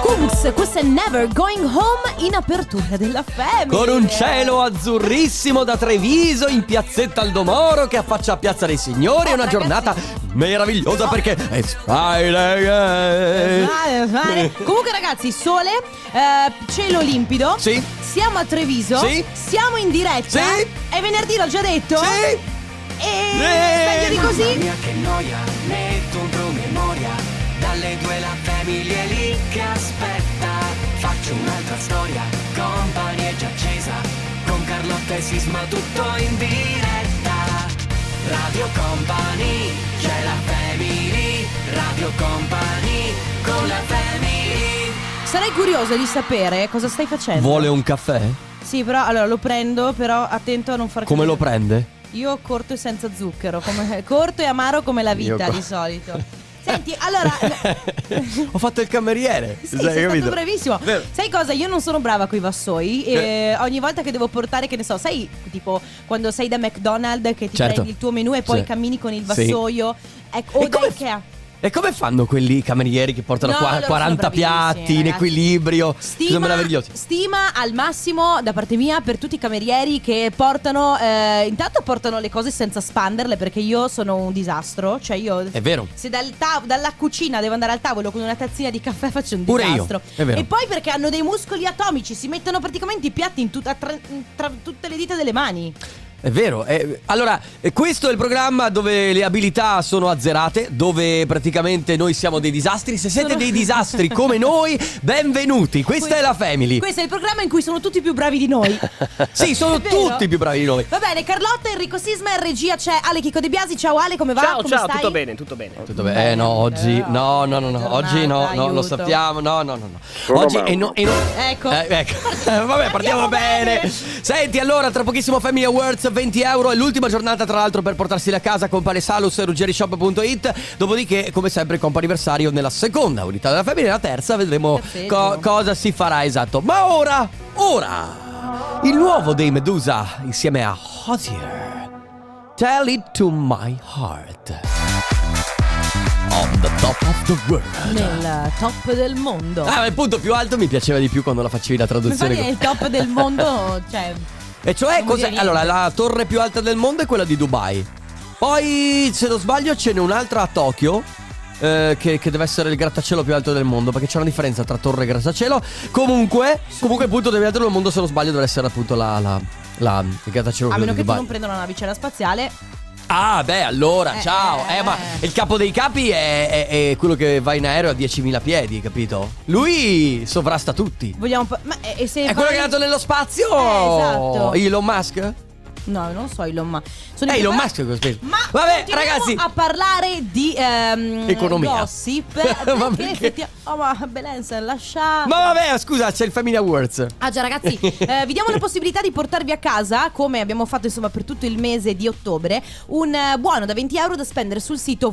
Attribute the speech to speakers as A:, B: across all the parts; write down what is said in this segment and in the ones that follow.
A: Kungs, questo è Never Going Home in apertura della Family.
B: Con un cielo azzurrissimo da Treviso in piazzetta Aldomoro che affaccia a Piazza dei Signori. È una
A: ragazzi.
B: giornata meravigliosa perché è Friday.
A: Male, male. Comunque ragazzi, sole, eh, cielo limpido.
B: Sì.
A: Siamo a Treviso.
B: Sì.
A: Siamo in
B: Sì.
A: diretta. È venerdì, l'ho già detto.
B: Sì.
A: E
B: Sì.
A: meglio di così.
C: Mia che noia, metto un promemoria. Dalle due la famiglia è lì che aspetta. Faccio un'altra storia, compagnie già accesa. Con Carlotta e Sisma tutto in diretta. Radio Company, c'è la family. Radio Company, con la family.
A: Sarei curiosa di sapere cosa stai facendo.
B: Vuole un caffè?
A: Sì, però allora lo prendo, però attento a non far
B: Come lo prende?
A: Io corto e senza zucchero, come- corto e amaro come la vita
B: Io co-
A: di solito. Senti, allora
B: Ho fatto il cameriere.
A: Sì,
B: Hai
A: sei
B: capito?
A: stato bravissimo.
B: Vero.
A: Sai cosa? Io non sono brava coi vassoi. E
B: Eh.
A: ogni volta che devo portare, che ne so, sai, tipo quando sei da McDonald's che ti
B: Certo.
A: prendi il tuo menù e poi
B: Sì.
A: cammini con il
B: Sì.
A: vassoio. Ecco, o
B: E
A: da
B: come-
A: Ikea.
B: E come fanno quelli camerieri che portano
A: No,
B: qua-
A: loro sono
B: 40
A: bravissimi,
B: piatti in
A: ragazzi.
B: equilibrio? sono
A: Stima,
B: meravigliosi.
A: stima al massimo da parte mia per tutti i camerieri che portano. eh, intanto portano le cose senza spanderle perché io sono un disastro. Cioè io.
B: È vero.
A: Se dal tav- dalla cucina devo andare al tavolo con una tazzina di caffè faccio un
B: Pure io,
A: disastro.
B: è vero.
A: E poi perché hanno dei muscoli atomici, si mettono praticamente i piatti in tut- a tra-, in tra tutte le dita delle mani.
B: È vero, eh, allora eh, questo è il programma dove le abilità sono azzerate, dove praticamente noi siamo dei disastri. Se siete
A: Sono-
B: dei disastri come noi, benvenuti, questa è la Family.
A: Questo è il programma in cui sono tutti più bravi di noi.
B: Sì, sono
A: È vero?
B: tutti più bravi di noi.
A: Va bene, Carlotta, Enrico Sisma, in regia c'è Ale Chico De Biasi. Ciao Ale, come va?
D: Ciao,
A: Come
D: ciao,
A: stai?
D: tutto bene, tutto bene.
B: Tutto bene. Eh no, oggi no, no, no, no, oggi no, no, lo
A: Aiuto.
B: sappiamo, no, no, no, no. Oggi e no, e no.
A: Ecco.
B: Eh, ecco. Eh, Vabbè, partiamo
A: Partiamo
B: bene.
A: bene.
B: Senti, allora, tra pochissimo Family Awards, 20 euro. È l'ultima giornata, tra l'altro, per portarsi la casa con Pale Salus e ruggerishop.it. Dopodiché, come sempre, compa anniversario nella seconda unità della Family. Nella terza vedremo
A: Cazzeggio.
B: co- cosa si farà esatto. Ma ora, ora, il nuovo dei Medusa insieme a Hozier. Tell it to my heart. On the top of the world.
A: Nel top del mondo.
B: Ah, ma il punto più alto mi piaceva di più quando la facevi la traduzione.
A: Infatti è il top del mondo, cioè...
B: E cioè,
A: Non vuol
B: cos'è?
A: dire
B: Allora, la torre più alta del mondo è quella di Dubai. Poi, se non sbaglio, ce n'è un'altra a Tokyo. eh, che, che deve essere il grattacielo più alto del mondo perché c'è una differenza tra torre e grattacielo comunque comunque il punto più alto del mondo se non sbaglio deve essere appunto la, la, la- il grattacielo
A: A
B: quello
A: meno
B: di
A: che tu
B: Dubai
A: non prenda una navicella spaziale.
B: ah beh allora
A: Eh,
B: ciao eh,
A: eh,
B: ma
A: eh.
B: il capo dei capi è, è- è quello che va in aereo a 10.000 piedi capito lui sovrasta tutti
A: Vogliamo... pa- Ma e e se...
B: è
A: vai-
B: quello che è andato nello spazio
A: Eh, esatto.
B: Elon Musk
A: No, non so Elon Musk. Sono
B: Eh,
A: in-
B: Elon Musk è quello speso.
A: Ma
B: Vabbè,
A: continuiamo
B: ragazzi.
A: a parlare di ehm,
B: Economia.
A: gossip.
B: Ma
A: perché
B: perché?
A: effettivamente- Oh, ma Belenza, lascia.
B: Ma vabbè, scusa, c'è il Family Awards.
A: Ah già ragazzi, eh, vi diamo la possibilità di portarvi a casa, come abbiamo fatto insomma per tutto il mese di ottobre, un eh, buono da 20 euro da spendere sul sito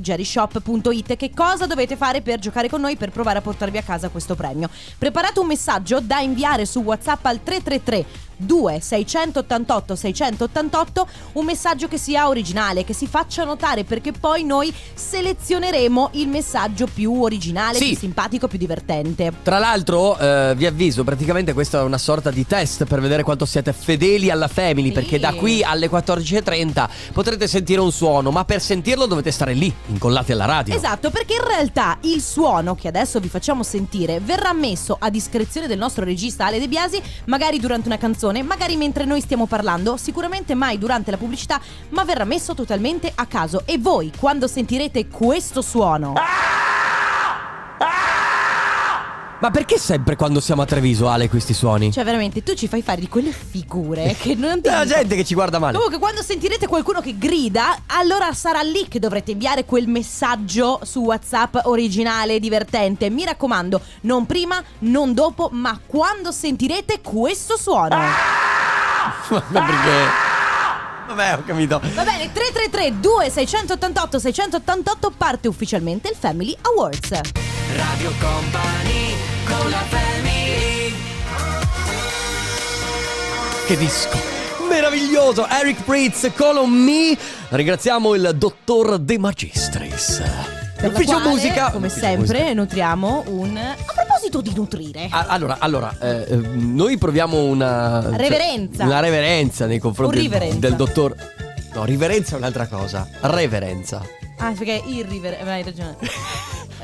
A: www.ruggerishop.it. Che cosa dovete fare per giocare con noi per provare a portarvi a casa questo premio? Preparate un messaggio da inviare su WhatsApp al 333. 2 688 688 un messaggio che sia originale che si faccia notare perché poi noi selezioneremo il messaggio più originale
B: Sì.
A: più simpatico più divertente
B: Tra l'altro, eh, vi avviso, praticamente questa è una sorta di test per vedere quanto siete fedeli alla Family,
A: Sì.
B: perché da qui alle 14.30 potrete sentire un suono, ma per sentirlo dovete stare lì, incollati alla radio.
A: Esatto, perché in realtà il suono che adesso vi facciamo sentire verrà messo a discrezione del nostro regista Ale De Biasi, magari durante una canzone, magari mentre noi stiamo parlando, sicuramente mai durante la pubblicità, ma verrà messo totalmente a caso. E voi, quando sentirete questo suono,
B: Ah! Ma perché sempre quando siamo a Treviso, Ale, questi suoni?
A: cioè veramente tu ci fai fare di quelle figure che non ti...
B: C'è la
A: dico.
B: gente che ci guarda male.
A: Comunque, quando sentirete qualcuno che grida, allora sarà lì che dovrete inviare quel messaggio su WhatsApp originale e divertente. Mi raccomando, non prima, non dopo, ma quando sentirete questo suono.
B: Ah! Ma perché? Vabbè, ho capito.
A: Va bene, 333 2688 688 parte ufficialmente il Family Awards.
C: Radio Company, con la family.
B: Che disco meraviglioso! Eric Pritz, Colon Me. Ringraziamo il dottor De Magistris.
A: Per la
B: L'ufficio
A: quale,
B: musica-
A: Come
B: l'ufficio
A: sempre,
B: musica. Ah.
A: nutriamo un. A proposito di nutrire,
B: A- Allora, allora eh, eh, noi proviamo una cioè,
A: Reverenza.
B: una reverenza nei confronti
A: O
B: del-
A: riverenza.
B: del dottor. No, riverenza è un'altra cosa. Reverenza.
A: ah, perché irriver. Hai ragione. Eh,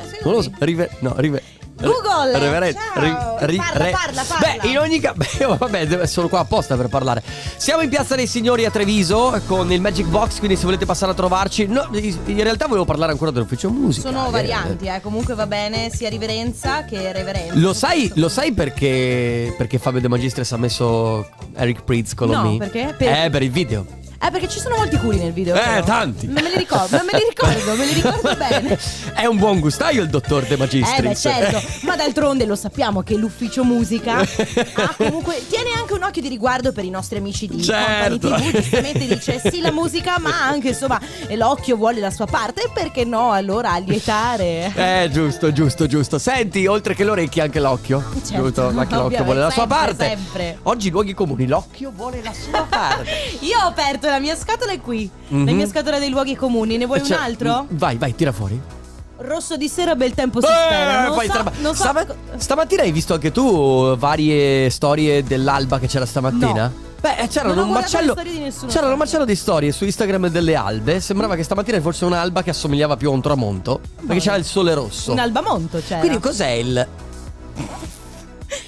A: scusi.
B: Non lo so. rive- no, rive-
A: Google,
B: re- reverenza.
A: ciao. Parla, parla, parla.
B: Beh, in ogni caso. Vabbè, de- sono qua apposta per parlare. Siamo in Piazza dei Signori a Treviso con il Magic Box. Quindi, se volete passare a trovarci. No, in realtà volevo parlare ancora dell'ufficio musica.
A: Sono
B: eh.
A: varianti, eh. Comunque va bene sia riverenza che reverenza.
B: Lo sai, lo sai perché, perché Fabio De Magistris ha messo Eric Pritz con
A: No,
B: me?
A: perché? Per-
B: Eh, per il video.
A: Eh, perché ci sono molti culi nel video.
B: Eh,
A: però.
B: tanti.
A: Non me li ricordo, non me li ricordo, me li ricordo bene.
B: È un buon gustaio il dottor De Magistris.
A: Eh beh certo, ma d'altronde lo sappiamo che l'ufficio musica ha comunque tiene anche un occhio di riguardo per i nostri amici di
B: Certo.
A: Company TV, giustamente dice sì la musica ma anche insomma eh, l'occhio vuole la sua parte, perché no allora a lietare
B: Eh, giusto, giusto, giusto. Senti, oltre che l'orecchio, anche l'occhio.
A: Certo,
B: giusto, anche l'occhio
A: ovviamente,
B: vuole la sua
A: sempre,
B: parte.
A: sempre.
B: Oggi, luoghi comuni, l'occhio vuole la sua parte.
A: Io ho aperto la mia scatola è qui, la
B: Mhm.
A: mia scatola dei luoghi comuni, ne vuoi
B: Cioè,
A: un altro?
B: mh, Vai, vai, tira fuori. Eh,
A: Rosso di sera bel tempo si
B: Beh,
A: spera, non
B: poi
A: so,
B: tra-
A: non so
B: stama- stamattina hai visto anche tu uh, varie storie dell'alba che c'era stamattina?
A: No.
B: Beh, eh, c'erano
A: Non ho
B: un
A: guardato le
B: macello.
A: storie di nessuno. Mm.
B: C'era un macello di storie su Instagram delle albe. Sembrava che stamattina fosse un'alba che assomigliava più a un tramonto. Perché c'era il sole rosso.
A: un albamonto c'era.
B: Quindi cos'è il.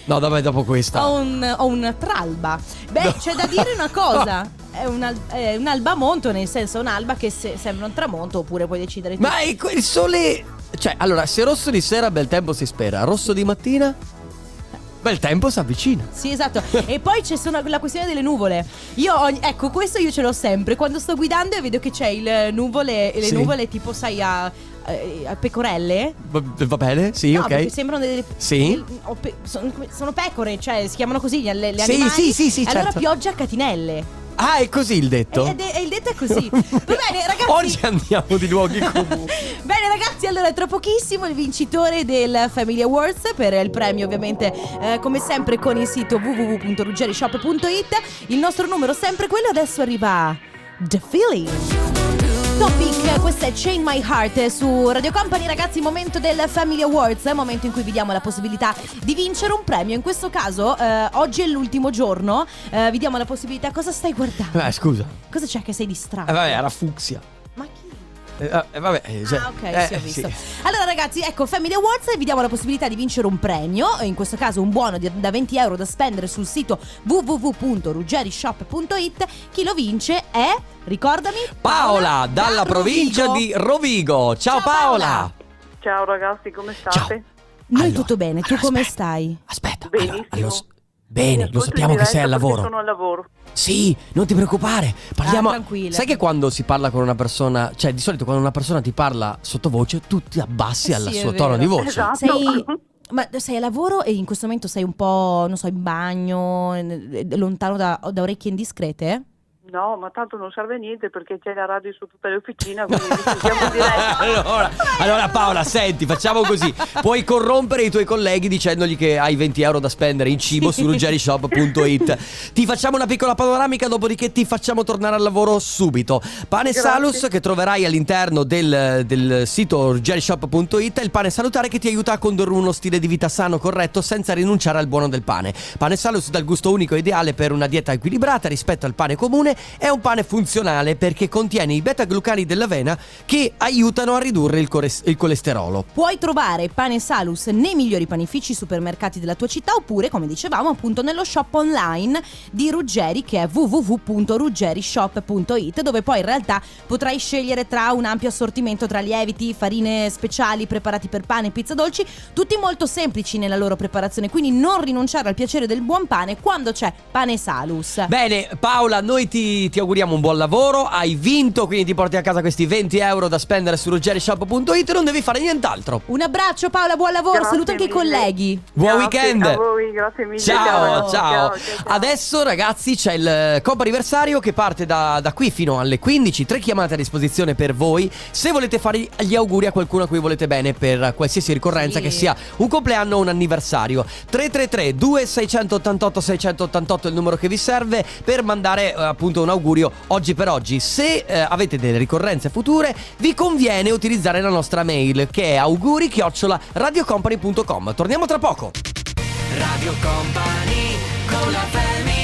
B: No, vabbè, dopo questa.
A: Ho un, ho un tralba. Beh,
B: No.
A: c'è da dire una cosa. È un, al- è un albamonto, nel senso un'alba che se- sembra un tramonto, oppure puoi decidere tu.
B: Ma è que- il sole. Cioè, allora, se rosso di sera, bel tempo si spera. Rosso di mattina, bel tempo si avvicina.
A: Sì, esatto. e poi c'è sono- la questione delle nuvole. Io ogni- ecco, questo io ce l'ho sempre. Quando sto guidando e vedo che c'è il nuvole, le
B: Sì.
A: nuvole tipo, sai, a, eh, a- a pecorelle.
B: Va, va bene? Sì,
A: No,
B: ok.
A: perché sembrano delle.
B: Sì.
A: del- o pe- sono, come- sono pecore, cioè si chiamano così le, le
B: Sì,
A: animali.
B: sì, sì, sì,
A: E Allora
B: certo.
A: pioggia a catinelle.
B: Ah, è così il detto.
A: E, ed è- e il detto è così. Va bene, Eh, ragazzi.
B: Oggi andiamo di luoghi comuni.
A: Bene ragazzi, allora tra pochissimo il vincitore del Family Awards per il premio ovviamente eh, come sempre con il sito www.ruggerishop.it Il nostro numero è sempre quello, adesso arriva The Feeling Topic, questa è Chain My Heart eh, su Radio Company ragazzi, momento del Family Awards, eh, momento in cui vi diamo la possibilità di vincere un premio In questo caso eh, oggi è l'ultimo giorno, eh, vi diamo la possibilità, cosa stai guardando?
B: Beh, scusa.
A: Cosa c'è che sei distratto?
B: Eh, vabbè, era fucsia.
A: Ma chi?
B: Eh, eh, vabbè, eh, cioè-
A: Ah, ok, sì, ho
B: eh,
A: visto.
B: sì.
A: Allora, ragazzi, ecco Family Awards. Vi diamo la possibilità di vincere un premio. In questo caso, un buono di- da 20 euro da spendere sul sito www.ruggerishop.it. Chi lo vince è, ricordami,
B: Paola, dalla
A: da
B: provincia
A: Rovigo.
B: di Rovigo. Ciao,
A: Ciao,
B: Paola.
A: Paola.
D: Ciao ragazzi, come state?
A: Noi
B: Allora,
A: tutto bene, tu
B: allora,
A: come
B: aspetta.
A: stai?
B: Aspetta.
D: Benissimo.
B: allora, allora, s-
D: Mi
B: bene, lo
D: ascolto in
B: sappiamo che
D: diretta
B: sei al
D: perché
B: lavoro.
D: Sono al lavoro.
B: Sì, non ti preoccupare. Parliamo.
A: Ah, tranquilla.
B: Sai che quando si parla con una persona, cioè di solito quando una persona ti parla sottovoce, tu ti abbassi
A: Eh
B: al
A: sì, è
B: suo
A: vero.
B: tono di voce.
D: Esatto.
A: Sei. Ma sei a lavoro e in questo momento sei un po', non so, in bagno, eh, lontano da, da orecchie indiscrete?
D: No, ma tanto non serve a niente perché c'è la radio su tutta l'officina, quindi ci sentiamo in diretta.
B: allora, allora, Paola, senti, facciamo così. Puoi corrompere i tuoi colleghi dicendogli che hai 20 euro da spendere in cibo su ruggerishop.it. Ti facciamo una piccola panoramica, dopodiché ti facciamo tornare al lavoro subito. Pane
D: Grazie.
B: Salus che troverai all'interno del, del sito ruggerishop.it è il pane salutare che ti aiuta a condurre uno stile di vita sano, corretto, senza rinunciare al buono del pane. Pane Salus dal gusto unico e ideale per una dieta equilibrata rispetto al pane comune è un pane funzionale perché contiene i beta-glucani dell'avena che aiutano a ridurre il, cores- il colesterolo.
A: Puoi trovare Pane Salus nei migliori panifici supermercati della tua città oppure, come dicevamo, appunto nello shop online di Ruggeri che è www.ruggerishop.it dove poi in realtà potrai scegliere tra un ampio assortimento tra lieviti, farine speciali, preparati per pane, pizza dolci, tutti molto semplici nella loro preparazione, quindi non rinunciare al piacere del buon pane quando c'è Pane Salus.
B: Bene, Paola, noi ti, ti auguriamo un buon lavoro. Hai vinto, quindi ti porti a casa questi 20 euro da spendere su ruggerishop.it. Non devi fare nient'altro.
A: Un abbraccio Paola, buon lavoro,
D: Grazie
A: saluta anche i
D: mille.
A: colleghi.
B: Buon
D: Grazie
B: weekend!
D: a voi, grazie mille,
B: Ciao, ciao,
D: ciao, ciao, ciao.
B: Adesso ragazzi c'è il Coppa Anniversario che parte da, da qui fino alle 15, tre chiamate a disposizione per voi. Se volete fare gli auguri a qualcuno a cui volete bene per qualsiasi ricorrenza,
A: Sì.
B: che sia un compleanno o un anniversario. 333 2688 688 è il numero che vi serve per mandare eh, appunto innanzitutto un augurio oggi per oggi. Se eh, avete delle ricorrenze future, vi conviene utilizzare la nostra mail che è auguri-radiocompany.com. Torniamo tra poco.
C: Radio Company con la family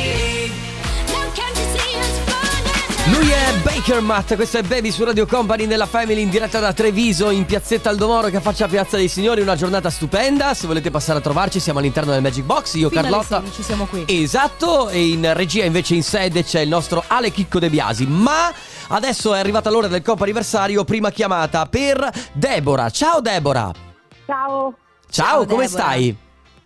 B: Lui è Baker Matt, questo è Baby su Radio Company nella Family in diretta da Treviso in piazzetta Aldomoro che faccia Piazza dei Signori, una giornata stupenda, se volete passare a trovarci siamo all'interno del Magic Box, io
A: Fino alle
B: Carlotta
A: 16 siamo qui.
B: Esatto, e in regia invece in sede c'è il nostro Ale Chicco De Biasi, ma adesso è arrivata l'ora del Coppa anniversario, prima chiamata per Deborah. Ciao Deborah.
E: Ciao,
B: Ciao,
A: Ciao,
B: come
A: Deborah.
B: stai?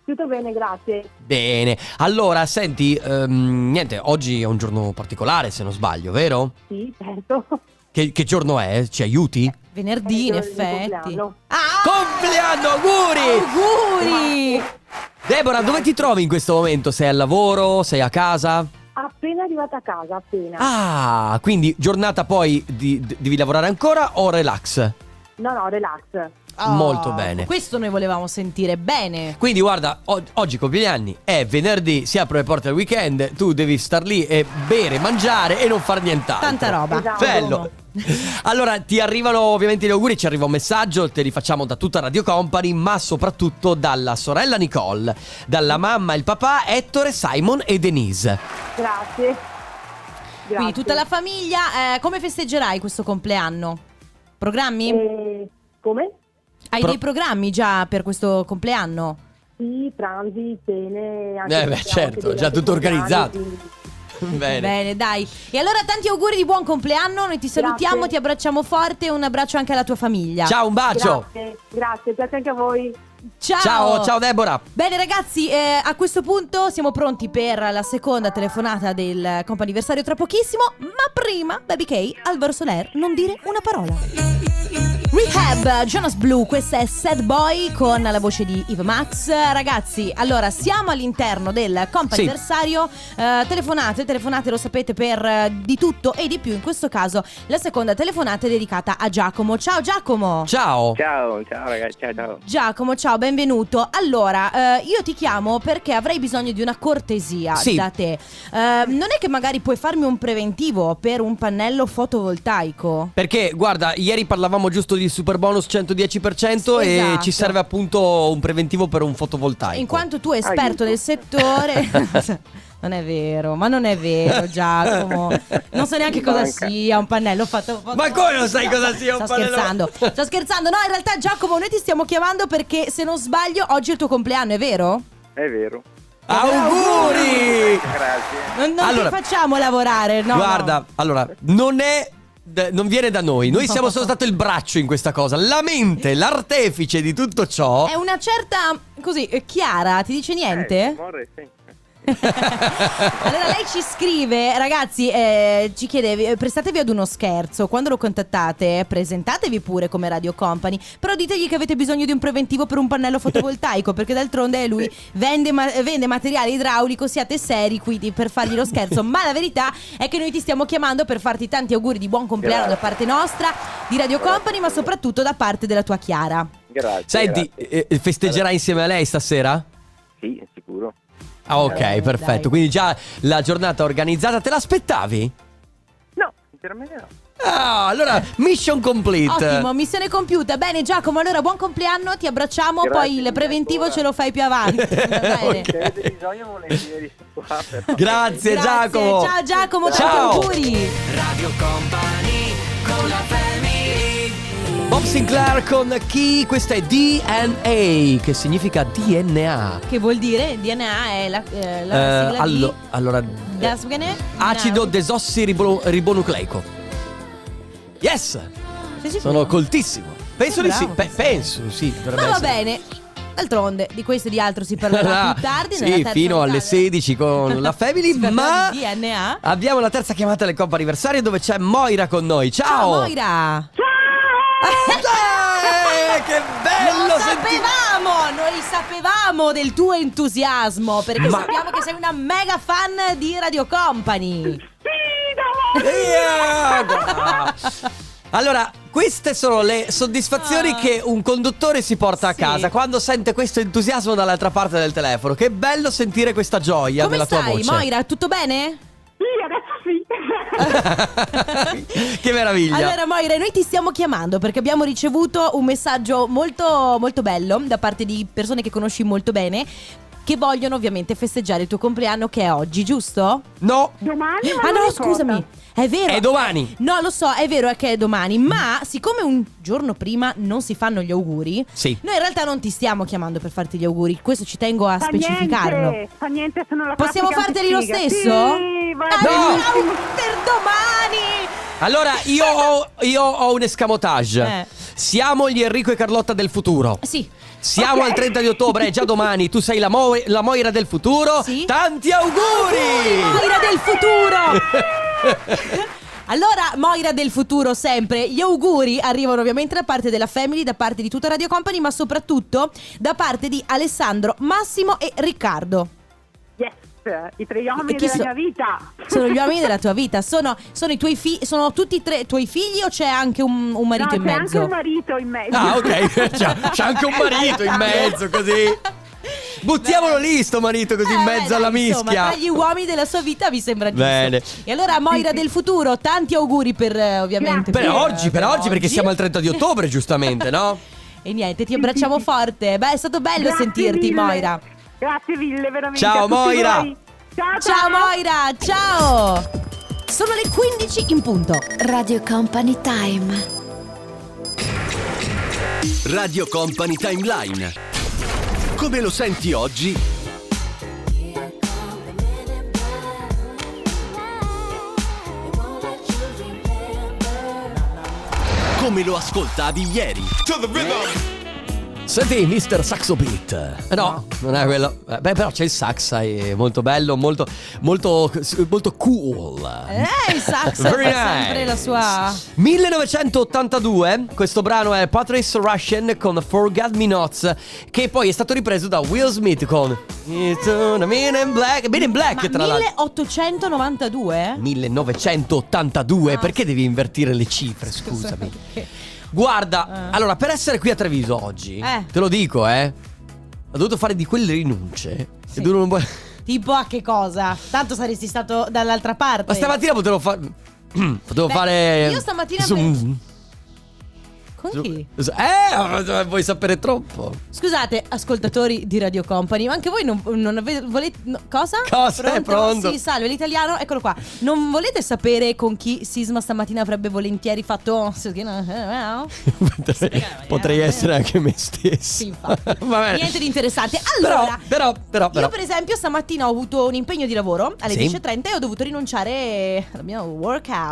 E: tutto bene, grazie.
B: Bene. Allora, senti, ehm, niente, oggi è un giorno particolare, se non sbaglio, vero?
E: Sì, certo.
B: Che, che giorno è? Ci aiuti?
A: Venerdì, in
E: Eh, il mio
A: effetti.
E: compleanno.
A: Ah,
B: Compleanno, auguri!
A: auguri!
B: Deborah, dove ti trovi in questo momento? Sei al lavoro? Sei a casa?
E: Appena arrivata a casa, appena.
B: Ah, quindi giornata poi di- d- devi lavorare ancora o relax?
E: No, no, relax.
A: Oh,
B: Molto bene.
A: Questo noi volevamo sentire bene.
B: Quindi guarda, o- oggi compie gli anni, è venerdì, si aprono le porte al weekend, tu devi star lì e bere, mangiare e non far nient'altro.
A: Tanta roba.
E: Esatto.
B: Bello. Allora, ti arrivano ovviamente gli auguri, ci arriva un messaggio, te li facciamo da tutta Radio Company, ma soprattutto dalla sorella Nicole, dalla mamma e il papà Ettore, Simon e Denise.
E: Grazie. Grazie.
A: Quindi tutta la famiglia, eh, come festeggerai questo compleanno? Programmi?
E: Eh, come?
A: Hai
B: pro-
A: dei programmi già per questo compleanno?
E: Sì, pranzi, cene. anche
B: Eh, beh,
E: se siamo
B: certo,
E: anche
B: già
E: degli
B: tutto
E: altri
B: organizzato.
E: anni, quindi-
A: dai. E allora tanti auguri di buon compleanno, noi ti salutiamo,
E: Grazie.
A: ti abbracciamo forte e un abbraccio anche alla tua famiglia.
B: Ciao, un bacio.
E: Grazie, grazie, grazie anche a voi.
A: Ciao.
B: Ciao, ciao Deborah.
A: Bene ragazzi, eh, a questo punto siamo pronti per la seconda telefonata del comp'anniversario tra pochissimo, ma prima Baby K, Alvaro Soler, non dire una parola. Rehab, Jonas Blue, questa è Sad Boy con la voce di Eve Max. Ragazzi, allora siamo all'interno del comp'anniversario, Eh, telefonate, telefonate lo sapete per eh, di tutto e di più, in questo caso la seconda telefonata è dedicata a Giacomo. Ciao Giacomo!
B: Ciao.
F: Ciao, ciao ragazzi, ciao, ciao.
A: Giacomo, ciao, benvenuto. Allora, eh, io ti chiamo perché avrei bisogno di una cortesia
B: Sì.
A: da te. Eh, non è che magari puoi farmi un preventivo per un pannello fotovoltaico?
B: Perché guarda, ieri parlavamo giusto di super bonus 110% e
A: Esatto.
B: ci serve appunto un preventivo per un fotovoltaico.
A: In quanto tu esperto
F: Aiuto.
A: del settore... Non è vero, ma non è vero Giacomo. Non so neanche cosa
F: Manca.
A: sia un pannello fatto.
B: Ma come non sai cosa sia un
A: sto
B: pannello?
A: scherzando. Sto scherzando. No, in realtà Giacomo, noi ti stiamo chiamando perché se non sbaglio oggi è il tuo compleanno, è vero?
F: È vero.
B: Auguri!
F: Grazie.
A: Non, non
B: Allora,
A: ti facciamo lavorare, no?
B: guarda,
A: no.
B: allora, non è d- non viene da noi, noi siamo solo stato il braccio in questa cosa, la mente, l'artefice di tutto ciò.
A: È una certa, così, eh, Chiara, ti dice
F: Eh,
A: niente?
F: amore, sì.
A: allora lei ci scrive, ragazzi, eh, ci chiede, eh, prestatevi ad uno scherzo, quando lo contattate presentatevi pure come Radio Company, però ditegli che avete bisogno di un preventivo per un pannello fotovoltaico, perché d'altronde lui vende, ma- vende materiale idraulico, siate seri quindi per fargli lo scherzo, ma la verità è che noi ti stiamo chiamando per farti tanti auguri di buon compleanno da
F: Grazie.
A: parte nostra, di Radio Company, ma soprattutto da parte della tua Chiara.
F: Grazie.
B: Senti,
F: grazie.
B: eh, festeggerai insieme a lei stasera?
F: Sì, sicuro.
B: Ah, ok,
A: Dai.
B: perfetto. Quindi già la giornata organizzata, te l'aspettavi?
F: No, sinceramente no.
B: Ah, allora, mission complete.
A: Ottimo, missione compiuta. Bene Giacomo, allora buon compleanno, ti abbracciamo,
F: Grazie
A: poi il
F: mille
A: preventivo
F: ancora.
A: ce lo fai più avanti. va bene.
F: Se avete bisogno volentieri sono qua però.
B: Grazie,
A: Grazie,
B: Giacomo.
A: Ciao Giacomo, tanti
B: Ciao.
A: auguri.
C: Radio Company con la family
B: Bob Sinclair con chi? Questa è DNA, che significa DNA.
A: Che vuol dire? DNA è la, eh,
B: Eh,
A: la sigla di-
B: allo- allora, eh,
A: Dasgene?
B: acido
A: No.
B: desossiribonucleico. Yes!
A: Sei sicuro?
B: Sono coltissimo. Penso di sì,
A: bravo
B: pe-
A: che sei.
B: penso sì. dovrebbe
A: Ma Ah, va
B: essere.
A: bene. D'altronde, di questo e di altro si parlerà
B: Ah,
A: più tardi.
B: sì,
A: nella terza
B: fino alle
A: puntata.
B: 16 con la Family,
A: Si parlerà
B: ma-
A: di DNA.
B: Abbiamo la terza chiamata del Coppa Anniversario dove c'è Moira con noi. Ciao!
A: Ciao Moira.
B: Eh, che bello
A: Lo
B: sentire-
A: sapevamo, noi sapevamo del tuo entusiasmo perché
B: Ma-
A: sappiamo che sei una mega fan di Radio Company.
B: Yeah! Allora, queste sono le soddisfazioni
A: Ah.
B: che un conduttore si porta
A: Sì.
B: a casa quando sente questo entusiasmo dall'altra parte del telefono. Che bello sentire questa gioia
A: Come
B: nella tua
A: stai,
B: voce.
A: Moira? Tutto bene?
E: Sì, adesso sì.
B: che meraviglia.
A: Allora Moira, noi ti stiamo chiamando perché abbiamo ricevuto un messaggio molto molto bello da parte di persone che conosci molto bene che vogliono ovviamente festeggiare il tuo compleanno che è oggi, giusto?
B: No,
E: Domani
A: Ah no, scusami. È vero.
B: è domani.
A: No, lo so, è vero è che è domani, ma siccome un giorno prima non si fanno gli auguri,
B: Sì.
A: noi in realtà non ti stiamo chiamando per farti gli auguri, questo ci tengo a
E: Fa
A: specificarlo.
E: niente, fa niente, sono la
A: Possiamo
E: classica
A: farteli lo
E: antifiga.
A: stesso?
E: Sì, va
A: Ah,
E: benissimo.
A: per domani!
B: Allora, io ho, io ho un escamotage.
A: Eh.
B: Siamo gli Enrico e Carlotta del futuro.
A: Sì.
B: Siamo
E: Ok.
B: al 30 di ottobre, è già domani. Tu sei la, Mo- la Moira del futuro.
A: Sì.
B: Tanti auguri!
A: Moira del futuro! Allora, Moira del futuro sempre, gli auguri arrivano ovviamente da parte della Family, da parte di tutta Radio Company, ma soprattutto da parte di Alessandro, Massimo e Riccardo.
E: Yes, i tre uomini
A: E chi
E: della
A: so-
E: mia vita.
A: Sono gli uomini della tua vita, sono, sono i tuoi figli, sono tutti e tre i tuoi figli o c'è anche un, un marito in
E: no, c'è
A: mezzo?
E: anche un marito in mezzo.
B: Ah, ok. C'ha, c'ha anche un marito in mezzo, così. Buttiamolo lì, sto marito, così in
A: Eh,
B: mezzo
A: dai,
B: alla
A: insomma,
B: mischia.
A: tra gli uomini della sua vita mi sembra giusto.
B: Bene.
A: E allora Moira del futuro, tanti auguri per eh, ovviamente
B: Per oggi, per oggi, perché
A: oggi.
B: siamo al 30 di ottobre, giustamente, no?
A: E niente, ti abbracciamo forte. Beh, è stato bello
E: Grazie
A: sentirti,
E: mille.
A: Moira.
E: Grazie mille, veramente.
B: Ciao,
E: a tutti
B: Moira.
E: voi. Ciao,
A: Ciao Moira, ciao. Eh, Sono le 15 in punto.
G: Radio Company Time.
H: Radio Company Timeline. Come lo senti oggi? Come lo ascoltavi ieri?
B: Senti, Mr. Saxo Pit. Eh No, non è quello. Eh, Beh, però c'è il sax, è molto bello, molto, molto, molto cool.
A: Eh, il sax fa
B: Very
A: sempre
B: nice.
A: la sua...
B: 1982, questo brano è Patrice Russian con Forget Me Nots, che poi è stato ripreso da Will Smith con It's on a Men in Black. Men in Black, tra
A: Ma
B: l'altro.
A: 1892?
B: 1982,
A: Ah,
B: perché devi invertire le cifre, scusami. Guarda,
A: Eh.
B: allora, per essere qui a Treviso oggi,
A: Eh.
B: te lo dico, eh, ho dovuto fare di quelle rinunce.
A: Sì.
B: Che durano un po'.
A: Tipo a che cosa? Tanto saresti stato dall'altra parte.
B: Ma stamattina potevo fare. potevo
A: Beh,
B: fare.
A: io stamattina
B: su-
A: pe- Con
B: su-
A: chi?
B: su- Eh, vuoi sapere troppo?
A: Scusate, ascoltatori di Radio Company, ma anche voi non, non avete. Volete, no, cosa?
B: Cosa? È pronto?
A: Sì, salve, l'italiano, eccolo qua. Non volete sapere con chi Sisma stamattina avrebbe volentieri fatto.
B: potrei, potrei essere anche me stesso.
A: eh. Sì, infatti.
B: Va bene.
A: Niente di interessante. Allora.
B: però, però, però, però.
A: Io per esempio stamattina ho avuto un impegno di lavoro alle
B: Sì.
A: 10.30 e ho dovuto rinunciare alla mia workout.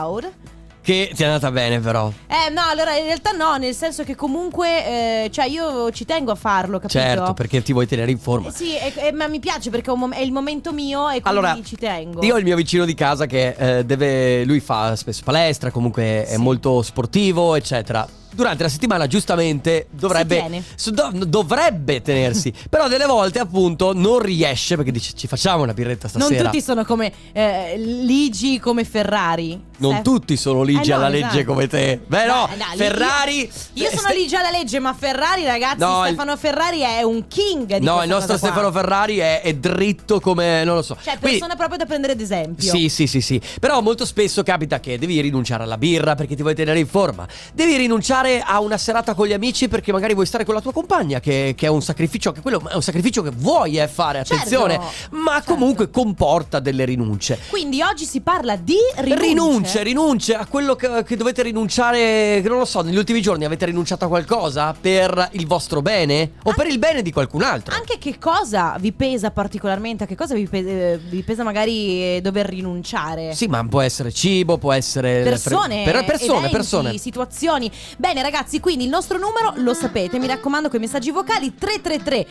B: Che ti è andata bene, però.
A: Eh no, allora in realtà no, nel senso che comunque, eh, cioè io ci tengo a farlo, capito?
B: Certo, perché ti vuoi tenere in forma.
A: Eh Sì, e- e- ma mi piace perché è, un mom- è il momento mio e quindi
B: Allora,
A: ci tengo.
B: Io ho il mio vicino di casa che eh, deve. Lui fa spesso palestra, comunque è
A: Sì.
B: molto sportivo, eccetera. Durante la settimana, giustamente, dovrebbe.
A: Si tiene.
B: s- dov- dovrebbe tenersi. però delle volte, appunto, non riesce perché dice: Ci facciamo una birretta
A: non
B: stasera.
A: tutti sono come eh, Ligi come Ferrari.
B: Non
A: Eh,
B: tutti sono ligi
A: eh no,
B: alla legge
A: esatto.
B: come te. Beh, no,
A: Beh, dai, lì-
B: Ferrari.
A: Io, io sono
B: Ste-
A: Ligi alla legge, ma Ferrari, ragazzi,
B: No, il-
A: Stefano Ferrari è un king di
B: No,
A: questa
B: il nostro
A: cosa qua.
B: Stefano Ferrari è, è dritto come. non lo so.
A: Cioè,
B: Quindi-
A: persona proprio da prendere ad esempio.
B: Sì, sì, sì, sì. Però molto spesso capita che devi rinunciare alla birra perché ti vuoi tenere in forma. Devi rinunciare a una serata con gli amici perché magari vuoi stare con la tua compagna, che, che è un sacrificio, anche quello è un sacrificio che vuoi eh, fare,
A: Certo.
B: attenzione. ma
A: Certo.
B: comunque comporta delle rinunce.
A: Quindi oggi si parla di rinunce.
B: Rinunce, rinunce a quello che, che dovete rinunciare, che non lo so, negli ultimi giorni avete rinunciato a qualcosa per il vostro bene o per il bene di qualcun altro.
A: Anche che cosa vi pesa particolarmente? A che cosa vi, pe- eh, vi pesa magari eh, dover rinunciare?
B: Sì, ma può essere cibo, può essere...
A: persone,
B: Eh, per- persone,
A: eventi,
B: persone.
A: situazioni. Bene, ragazzi, quindi il nostro numero lo sapete, mi raccomando, con i messaggi vocali 333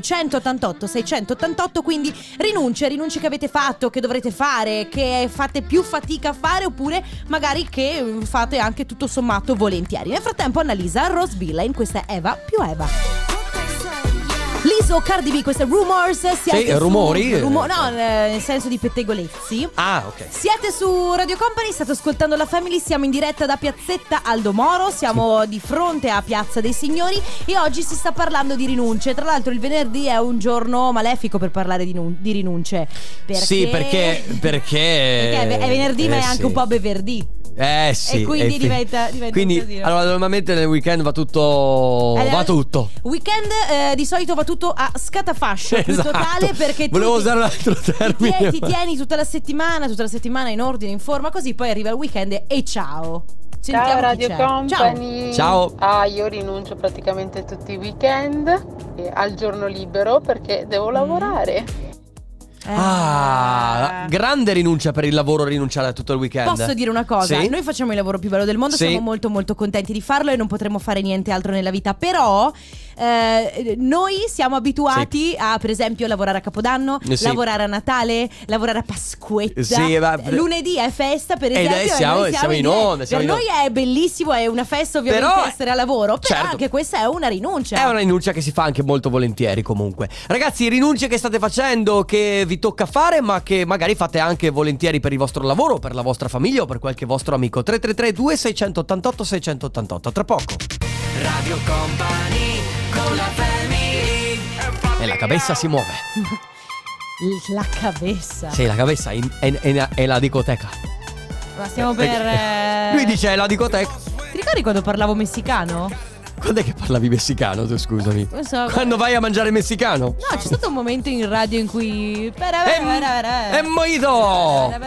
A: 2688 688, quindi rinunce, rinunce che avete fatto, che dovrete fare, che fate più fatica a fare oppure magari che eh, fate anche tutto sommato volentieri. Nel frattempo Annalisa Rose Villain, questa è Eva più Eva. Lisa Travis o Cardi B, queste rumors. Siete
B: Sì,
A: su-
B: rumori.
A: rumo- no, eh, nel senso di pettegolezzi.
B: Ah, ok.
A: Siete su Radio Company, state ascoltando la Family, siamo in diretta da Piazzetta Aldo Moro, siamo di fronte a Piazza dei Signori e oggi si sta parlando di rinunce. Tra l'altro il venerdì è un giorno malefico per parlare di, nun- di rinunce. Perché...
B: Sì, perché- perché-
A: Perché è ve- è venerdì ma
B: eh,
A: è anche
B: sì.
A: un po' beverdì.
B: Eh sì.
A: E quindi
B: fi-
A: diventa- diventa un
B: Quindi
A: casino. Eh,
B: allora normalmente nel weekend va tutto
A: Allora,
B: Oh, va tutto.
A: Weekend eh, di solito va tutto a scatafascio più
B: Esatto.
A: totale perché tu
B: Volevo
A: ti-
B: usare un altro
A: ti,
B: termine.
A: tie- ti tieni tutta la settimana, tutta la settimana in ordine, in forma, così poi arriva il weekend e, e ciao. Sentiamo
I: Ciao
A: chi
I: Radio
A: c'è.
I: Company.
B: Ciao.
I: Ah, io rinuncio praticamente tutti i weekend eh, al giorno libero perché
A: Mm.
I: devo lavorare.
A: Ciao. Eh,
B: Ah, grande rinuncia per il lavoro rinunciare a tutto il weekend.
A: Posso dire una cosa?
B: Sì?
A: Noi facciamo il lavoro più bello del mondo,
B: Sì.
A: siamo molto molto contenti di farlo e non potremo fare niente altro nella vita, però eh, noi siamo abituati a per esempio lavorare a Capodanno,
B: Eh sì.
A: lavorare a Natale, lavorare a Pasquetta.
B: Sì, eh, ma-
A: Lunedì è festa per
B: E noi
A: esempio.
B: siamo- siamo in
A: diretta.
B: onda, siamo
A: per
B: in
A: noi è bellissimo, è una festa ovviamente
B: Però-
A: essere a lavoro, però
B: Certo.
A: anche questa è una rinuncia.
B: È una rinuncia che si fa anche molto volentieri comunque. Ragazzi, rinunce che state facendo, che vi tocca fare, ma che magari fate anche volentieri per il vostro lavoro, per la vostra famiglia o per qualche vostro amico. 333 2688 688 Tra poco.
C: Radio Company con la family
B: E la cabessa si muove.
A: La cabeza.
B: Sì, la cabessa è, in- è- è- è la dicoteca.
A: Ma stiamo per... eh,
B: Lui dice è la dicoteca.
A: Ti ricordi quando parlavo messicano?
B: Quando è che parlavi messicano, tu scusami?
A: Non so.
B: Quando vai a mangiare messicano?
A: No, c'è stato un momento in radio in cui.
B: È moito! La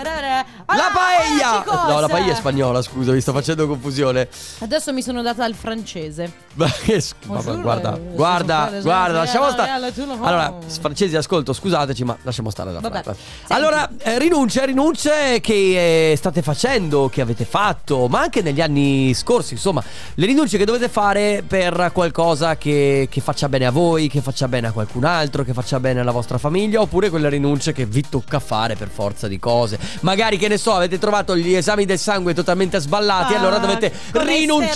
A: Ah,
B: paella! No, la paella è spagnola, scusa, vi sto facendo confusione.
A: Adesso mi sono data al francese.
B: Ma che s- vabbè,
A: Buongiorno,
B: guarda,
A: eh, sono
B: guarda,
A: qua,
B: guarda,
A: eh,
B: lasciamo
A: eh,
B: stare.
A: eh, tu lo fai.
B: Allora, s- francesi, ascolto, scusateci, ma lasciamo stare la
A: Vabbè,
B: frase.
A: senti.
B: Allora, eh, rinunce, rinunce che eh, state facendo, che avete fatto, ma anche negli anni scorsi, insomma, le rinunce che dovete fare per qualcosa che, che faccia bene a voi, che faccia bene a qualcun altro, che faccia bene alla vostra famiglia, oppure quelle rinunce che vi tocca fare per forza di cose. Magari, che ne so, avete trovato gli esami del sangue totalmente sballati,
A: Ah,
B: allora dovete rinunciare.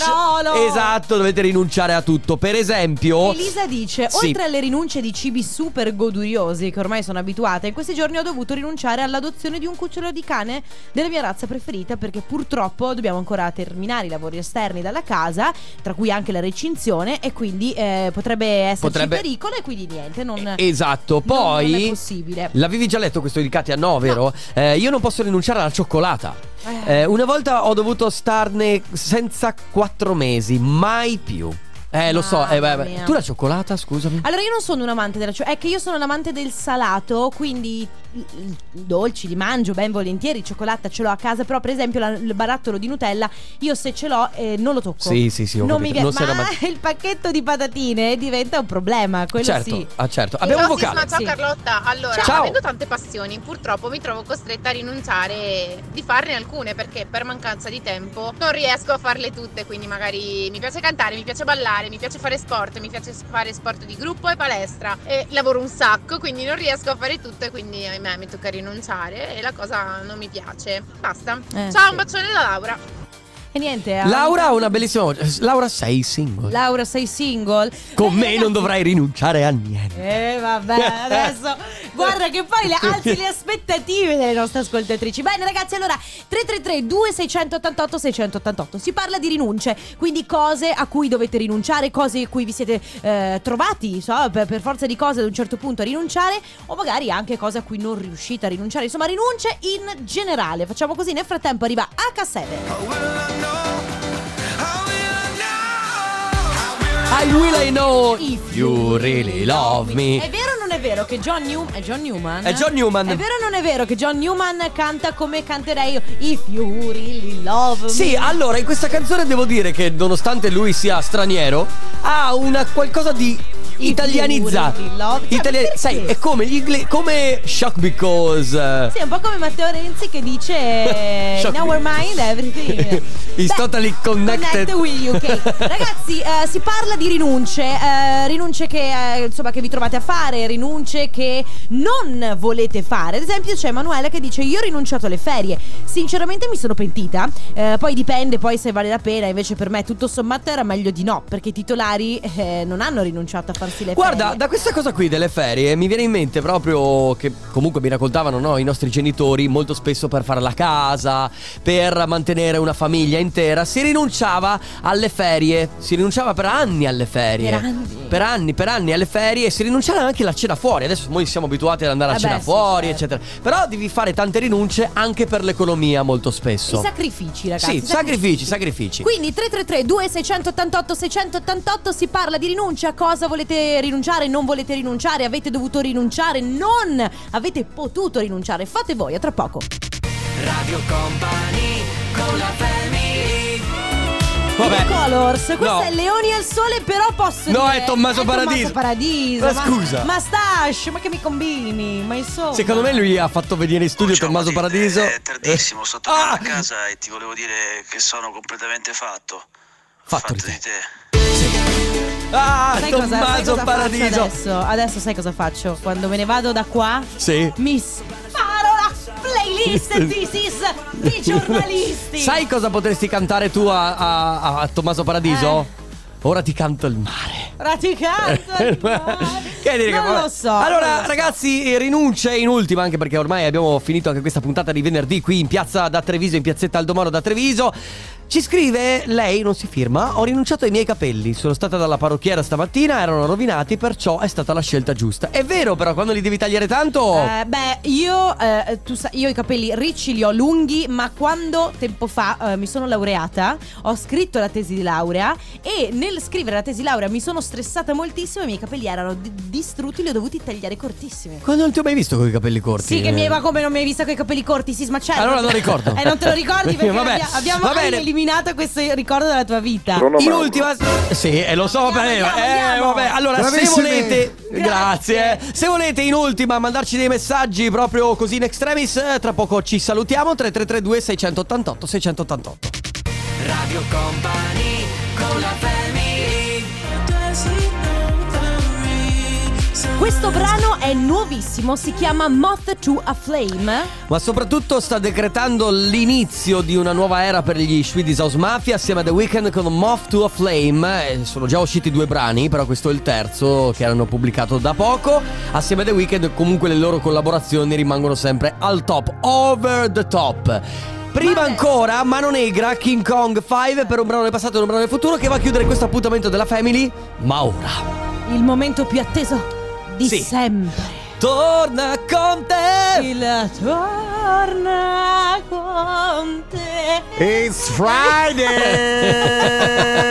B: Esatto.
A: colesterolo!
B: Esatto, dovete rinunciare a tutto. Per esempio,
A: Elisa dice:
B: Oh. Sì.
A: Oltre alle rinunce di cibi super goduriosi, che ormai sono abituata, in questi giorni ho dovuto rinunciare all'adozione di un cucciolo di cane della mia razza preferita, perché purtroppo dobbiamo ancora terminare i lavori esterni dalla casa, tra cui anche la recinzione, e quindi eh, potrebbe esserci
B: Potrebbe-
A: pericolo, e quindi niente, non.
B: Eh, esatto,
A: non-
B: poi
A: non è possibile.
B: L'avevi già letto questo dedicati a no, vero? Eh, io non posso rinunciare alla cioccolata. Eh, una volta ho dovuto starne senza quattro mesi, mai più. Eh, lo so, eh, beh,
A: Mamma
B: beh,
A: mia. Ah,
B: tu la cioccolata, scusami.
A: Allora, io non sono un amante della cioccolata. È che io sono un amante del salato, quindi i- i dolci li mangio ben volentieri. Cioccolata ce l'ho a casa, però, per esempio, la- il barattolo di Nutella, io se ce l'ho eh, non lo tocco.
B: Sì, sì, sì, ho
A: non mi
B: capito.
A: viene.
B: Non sei
A: Ma
B: un amante.
A: il pacchetto di patatine diventa un problema. Quello
B: certo,
A: sì.
B: ah, certo. Abbiamo un vocale.
A: Sisma, ciao Sì.
I: Carlotta. Allora,
B: Ciao. avendo
I: tante passioni, purtroppo mi trovo costretta a rinunciare di farne alcune perché per mancanza di tempo non riesco a farle tutte. Quindi magari mi piace cantare, mi piace ballare, mi piace fare sport, mi piace fare sport di gruppo e palestra. E lavoro un sacco, quindi non riesco a fare tutto e quindi ahimè mi tocca rinunciare e la cosa non mi piace. Basta.
A: Eh,
I: Ciao,
A: sì.
I: un bacione da Laura.
A: E niente. ah,
B: Laura ha una bellissima voce. Laura, sei single.
A: Laura, sei single?
B: Con
A: Beh,
B: me non
A: ragazzi,
B: dovrai rinunciare a niente.
A: Eh vabbè, adesso guarda che poi le alzi le aspettative delle nostre ascoltatrici. Bene ragazzi, allora 333 2688 688. Si parla di rinunce, quindi cose a cui dovete rinunciare, cose a cui vi siete eh, trovati, so, per, per forza di cose ad un certo punto a rinunciare o magari anche cose a cui non riuscite a rinunciare. Insomma, rinunce in generale. Facciamo così, nel frattempo arriva H7.
B: I will I know
A: If
B: you really love me.
A: È vero o non è vero che John Newman è John Newman?
B: È John Newman.
A: È vero o non è vero che John Newman canta come canterei io? If you really love me.
B: Sì, allora in questa canzone devo dire che nonostante lui sia straniero, ha una qualcosa di
A: I
B: italianizzato.
A: fiori, lo- Cioè,
B: Italia-
A: perché?
B: sai, è come gli inglesi, come shock because eh,
A: Sì, è un po' come Matteo Renzi che dice eh,
B: Shock
A: In our mind everything
B: Is
A: Beh,
B: totally connected.
A: with you, ok. Ragazzi, eh, si parla di rinunce eh, Rinunce che, eh, insomma, che vi trovate a fare Rinunce che non volete fare Ad esempio c'è Emanuela che dice Io ho rinunciato alle ferie Sinceramente mi sono pentita Eh, Poi dipende poi se vale la pena Invece per me tutto sommato era meglio di no Perché i titolari eh, non hanno rinunciato a far farsi le
B: Guarda,
A: ferie.
B: da questa cosa qui delle ferie mi viene in mente proprio che comunque mi raccontavano no, i nostri genitori molto spesso per fare la casa, per mantenere una famiglia intera, si rinunciava alle ferie, si rinunciava per anni alle ferie.
A: Per anni.
B: Per anni, per anni alle ferie e si rinunciava anche alla cena fuori. Adesso noi siamo abituati ad andare a
A: Eh
B: cena
A: beh, sì,
B: fuori,
A: certo.
B: eccetera. Però devi fare tante rinunce anche per l'economia molto
A: I
B: spesso.
A: sacrifici, ragazzi.
B: Sì, sacrifici, sacrifici.
A: Quindi 333 2688 688 si parla di rinuncia, cosa volete rinunciare, non volete rinunciare, avete dovuto rinunciare, non avete potuto rinunciare, fate voi, a tra poco.
C: Radio Company con la family
B: Vabbè.
A: Blue Colors, questo
B: No.
A: è Leoni al sole, però posso
B: No,
A: dire
B: è Tommaso Paradiso.
A: Tommaso Paradiso.
B: Ma scusa.
A: Ma stash, ma che mi combini? Ma insomma.
B: Secondo me lui ha fatto venire in studio Tommaso Paradiso.
J: È tardissimo, sto tornando
B: Ah!
J: a casa e ti volevo dire che sono completamente fatto.
B: Fatto di
J: di te.
B: Ah,
A: Sai cosa, sai
B: Tommaso
A: cosa faccio
B: Paradiso.
A: adesso? Adesso sai cosa faccio? Quando me ne vado da qua,
B: Sì.
A: mi sparo la playlist di Sis di giornalisti.
B: Sai cosa potresti cantare tu a, a- a- a Tommaso Paradiso?
A: Eh.
B: Ora ti canto il mare.
A: Praticando.
B: Eh, Che dire che-
A: non lo so.
B: Allora,
A: non lo so.
B: ragazzi, eh, rinunce in ultima, anche perché ormai abbiamo finito anche questa puntata di venerdì qui in piazza da Treviso, in piazzetta Aldomoro da Treviso. Ci scrive, lei non si firma, ho rinunciato ai miei capelli, sono stata dalla parrucchiera stamattina, erano rovinati, perciò è stata la scelta giusta. È vero però, quando li devi tagliare tanto...
A: Eh, beh, io, eh, tu sa- io i capelli ricci li ho lunghi, ma quando tempo fa eh, mi sono laureata, ho scritto la tesi di laurea e nel scrivere la tesi di laurea mi sono stressata moltissimo e i miei capelli erano di- distrutti, li ho dovuti tagliare cortissimi.
B: Quando non ti ho mai visto con i capelli corti?
A: Sì, che mi ma come non mi hai visto con i capelli corti, si smacello.
B: eh. Allora non ricordo.
A: eh, non te lo ricordi perché
B: Vabbè,
A: abbia- abbiamo
B: va bene.
A: eliminato questo ricordo dalla tua vita.
F: Sono
B: In
F: Mauro.
B: ultima, sì, eh, lo so,
A: Andiamo,
B: bene.
A: andiamo,
B: eh,
A: andiamo.
B: vabbè. Allora, se
H: Bravissime.
B: volete, grazie.
A: Grazie.
B: eh. Se volete, in ultima, mandarci dei messaggi proprio così in extremis. eh, Tra poco ci salutiamo. 3332 688 688.
C: Radio Company con la family
A: Questo brano è nuovissimo, si chiama Moth to a Flame.
B: Ma soprattutto sta decretando l'inizio di una nuova era per gli Swedish House Mafia assieme a The Weeknd con Moth to a Flame. Eh, Sono già usciti due brani, però questo è il terzo che hanno pubblicato da poco. Assieme a The Weeknd comunque le loro collaborazioni rimangono sempre al top, over the top. Prima ancora, Mano Negra, King Kong 5 per un brano del passato e un brano del futuro che va a chiudere questo appuntamento della Family, ma ora.
A: Il momento più atteso di
B: Sì. Eh.
A: sempre.
B: Torna con te!
A: Il torna con te.
B: Eh.
H: It's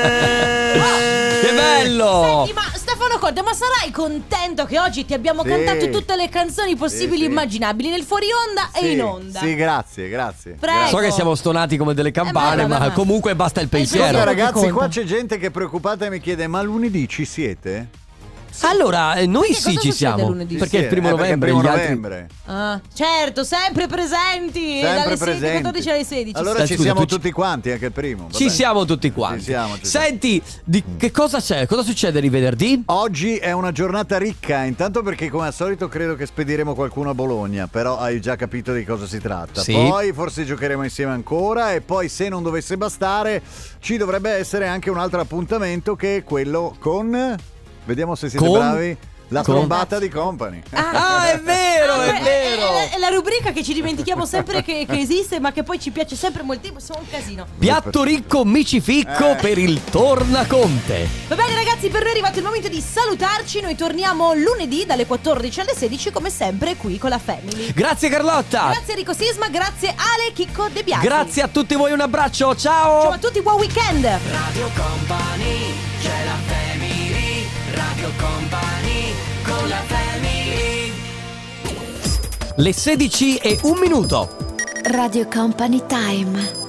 H: Friday!
B: Che bello!
A: Senti, ma Stefano Conte, ma sarai contento che oggi ti abbiamo
H: Sì.
A: cantato tutte le canzoni possibili
H: Sì,
B: Eh,
A: e
H: sì.
A: immaginabili nel fuori onda
H: Sì,
A: e in onda?
H: Sì, grazie, grazie.
A: Prego.
B: So che siamo stonati come delle campane,
A: Eh, ma vabbè,
B: ma,
A: ma-
B: comunque basta il
A: pensiero
B: pensiero.
H: Guarda,
A: che
H: ragazzi,
A: conta.
H: qua c'è gente che è preoccupata e mi chiede: ma lunedì ci siete?
B: Allora, eh, noi
A: Perché
B: sì
A: cosa
B: ci
A: succede
B: siamo.
A: lunedì?
B: Perché è il
H: Sì,
B: primo
H: eh, perché è il
B: novembre.
H: primo
B: gli altri-
H: novembre.
A: Ah, certo, sempre presenti.
H: Sempre
A: dalle 16 alle
H: presenti.
A: 14 alle 16.
H: Allora
B: Eh,
H: ci
B: scusa,
H: siamo
B: tu ci-
H: tutti quanti, anche il primo. va
B: Ci
H: bene.
B: siamo tutti quanti.
H: Ci siamo, ci siamo.
B: Senti, di che cosa c'è? Cosa succede di venerdì?
H: Oggi è una giornata ricca, intanto perché come al solito credo che spediremo qualcuno a Bologna, però hai già capito di cosa si tratta.
B: Sì.
H: Poi forse giocheremo insieme ancora e poi se non dovesse bastare ci dovrebbe essere anche un altro appuntamento che è quello con... Vediamo se siete
B: Con?
H: bravi. La
B: Con?
H: trombata di company.
B: Ah, è vero,
A: Ah,
B: è
A: beh,
B: vero.
A: È, è la rubrica che ci dimentichiamo sempre che, che esiste, ma che poi ci piace sempre moltissimo. Siamo un casino.
B: Piatto ricco micificco
H: Eh.
B: per il Tornaconte.
A: Va bene, ragazzi, per noi è arrivato il momento di salutarci. Noi torniamo lunedì dalle 14 alle 16, come sempre, qui con la Family.
B: Grazie Carlotta.
A: Grazie Enrico Sisma, grazie Ale Chicco De Biasi.
B: Ah. Grazie a tutti voi, un abbraccio.
A: Ciao a tutti, buon weekend!
C: Radio Company c'è la family Radio Company con la family
B: Le 16 e un minuto.
G: Radio Company Time.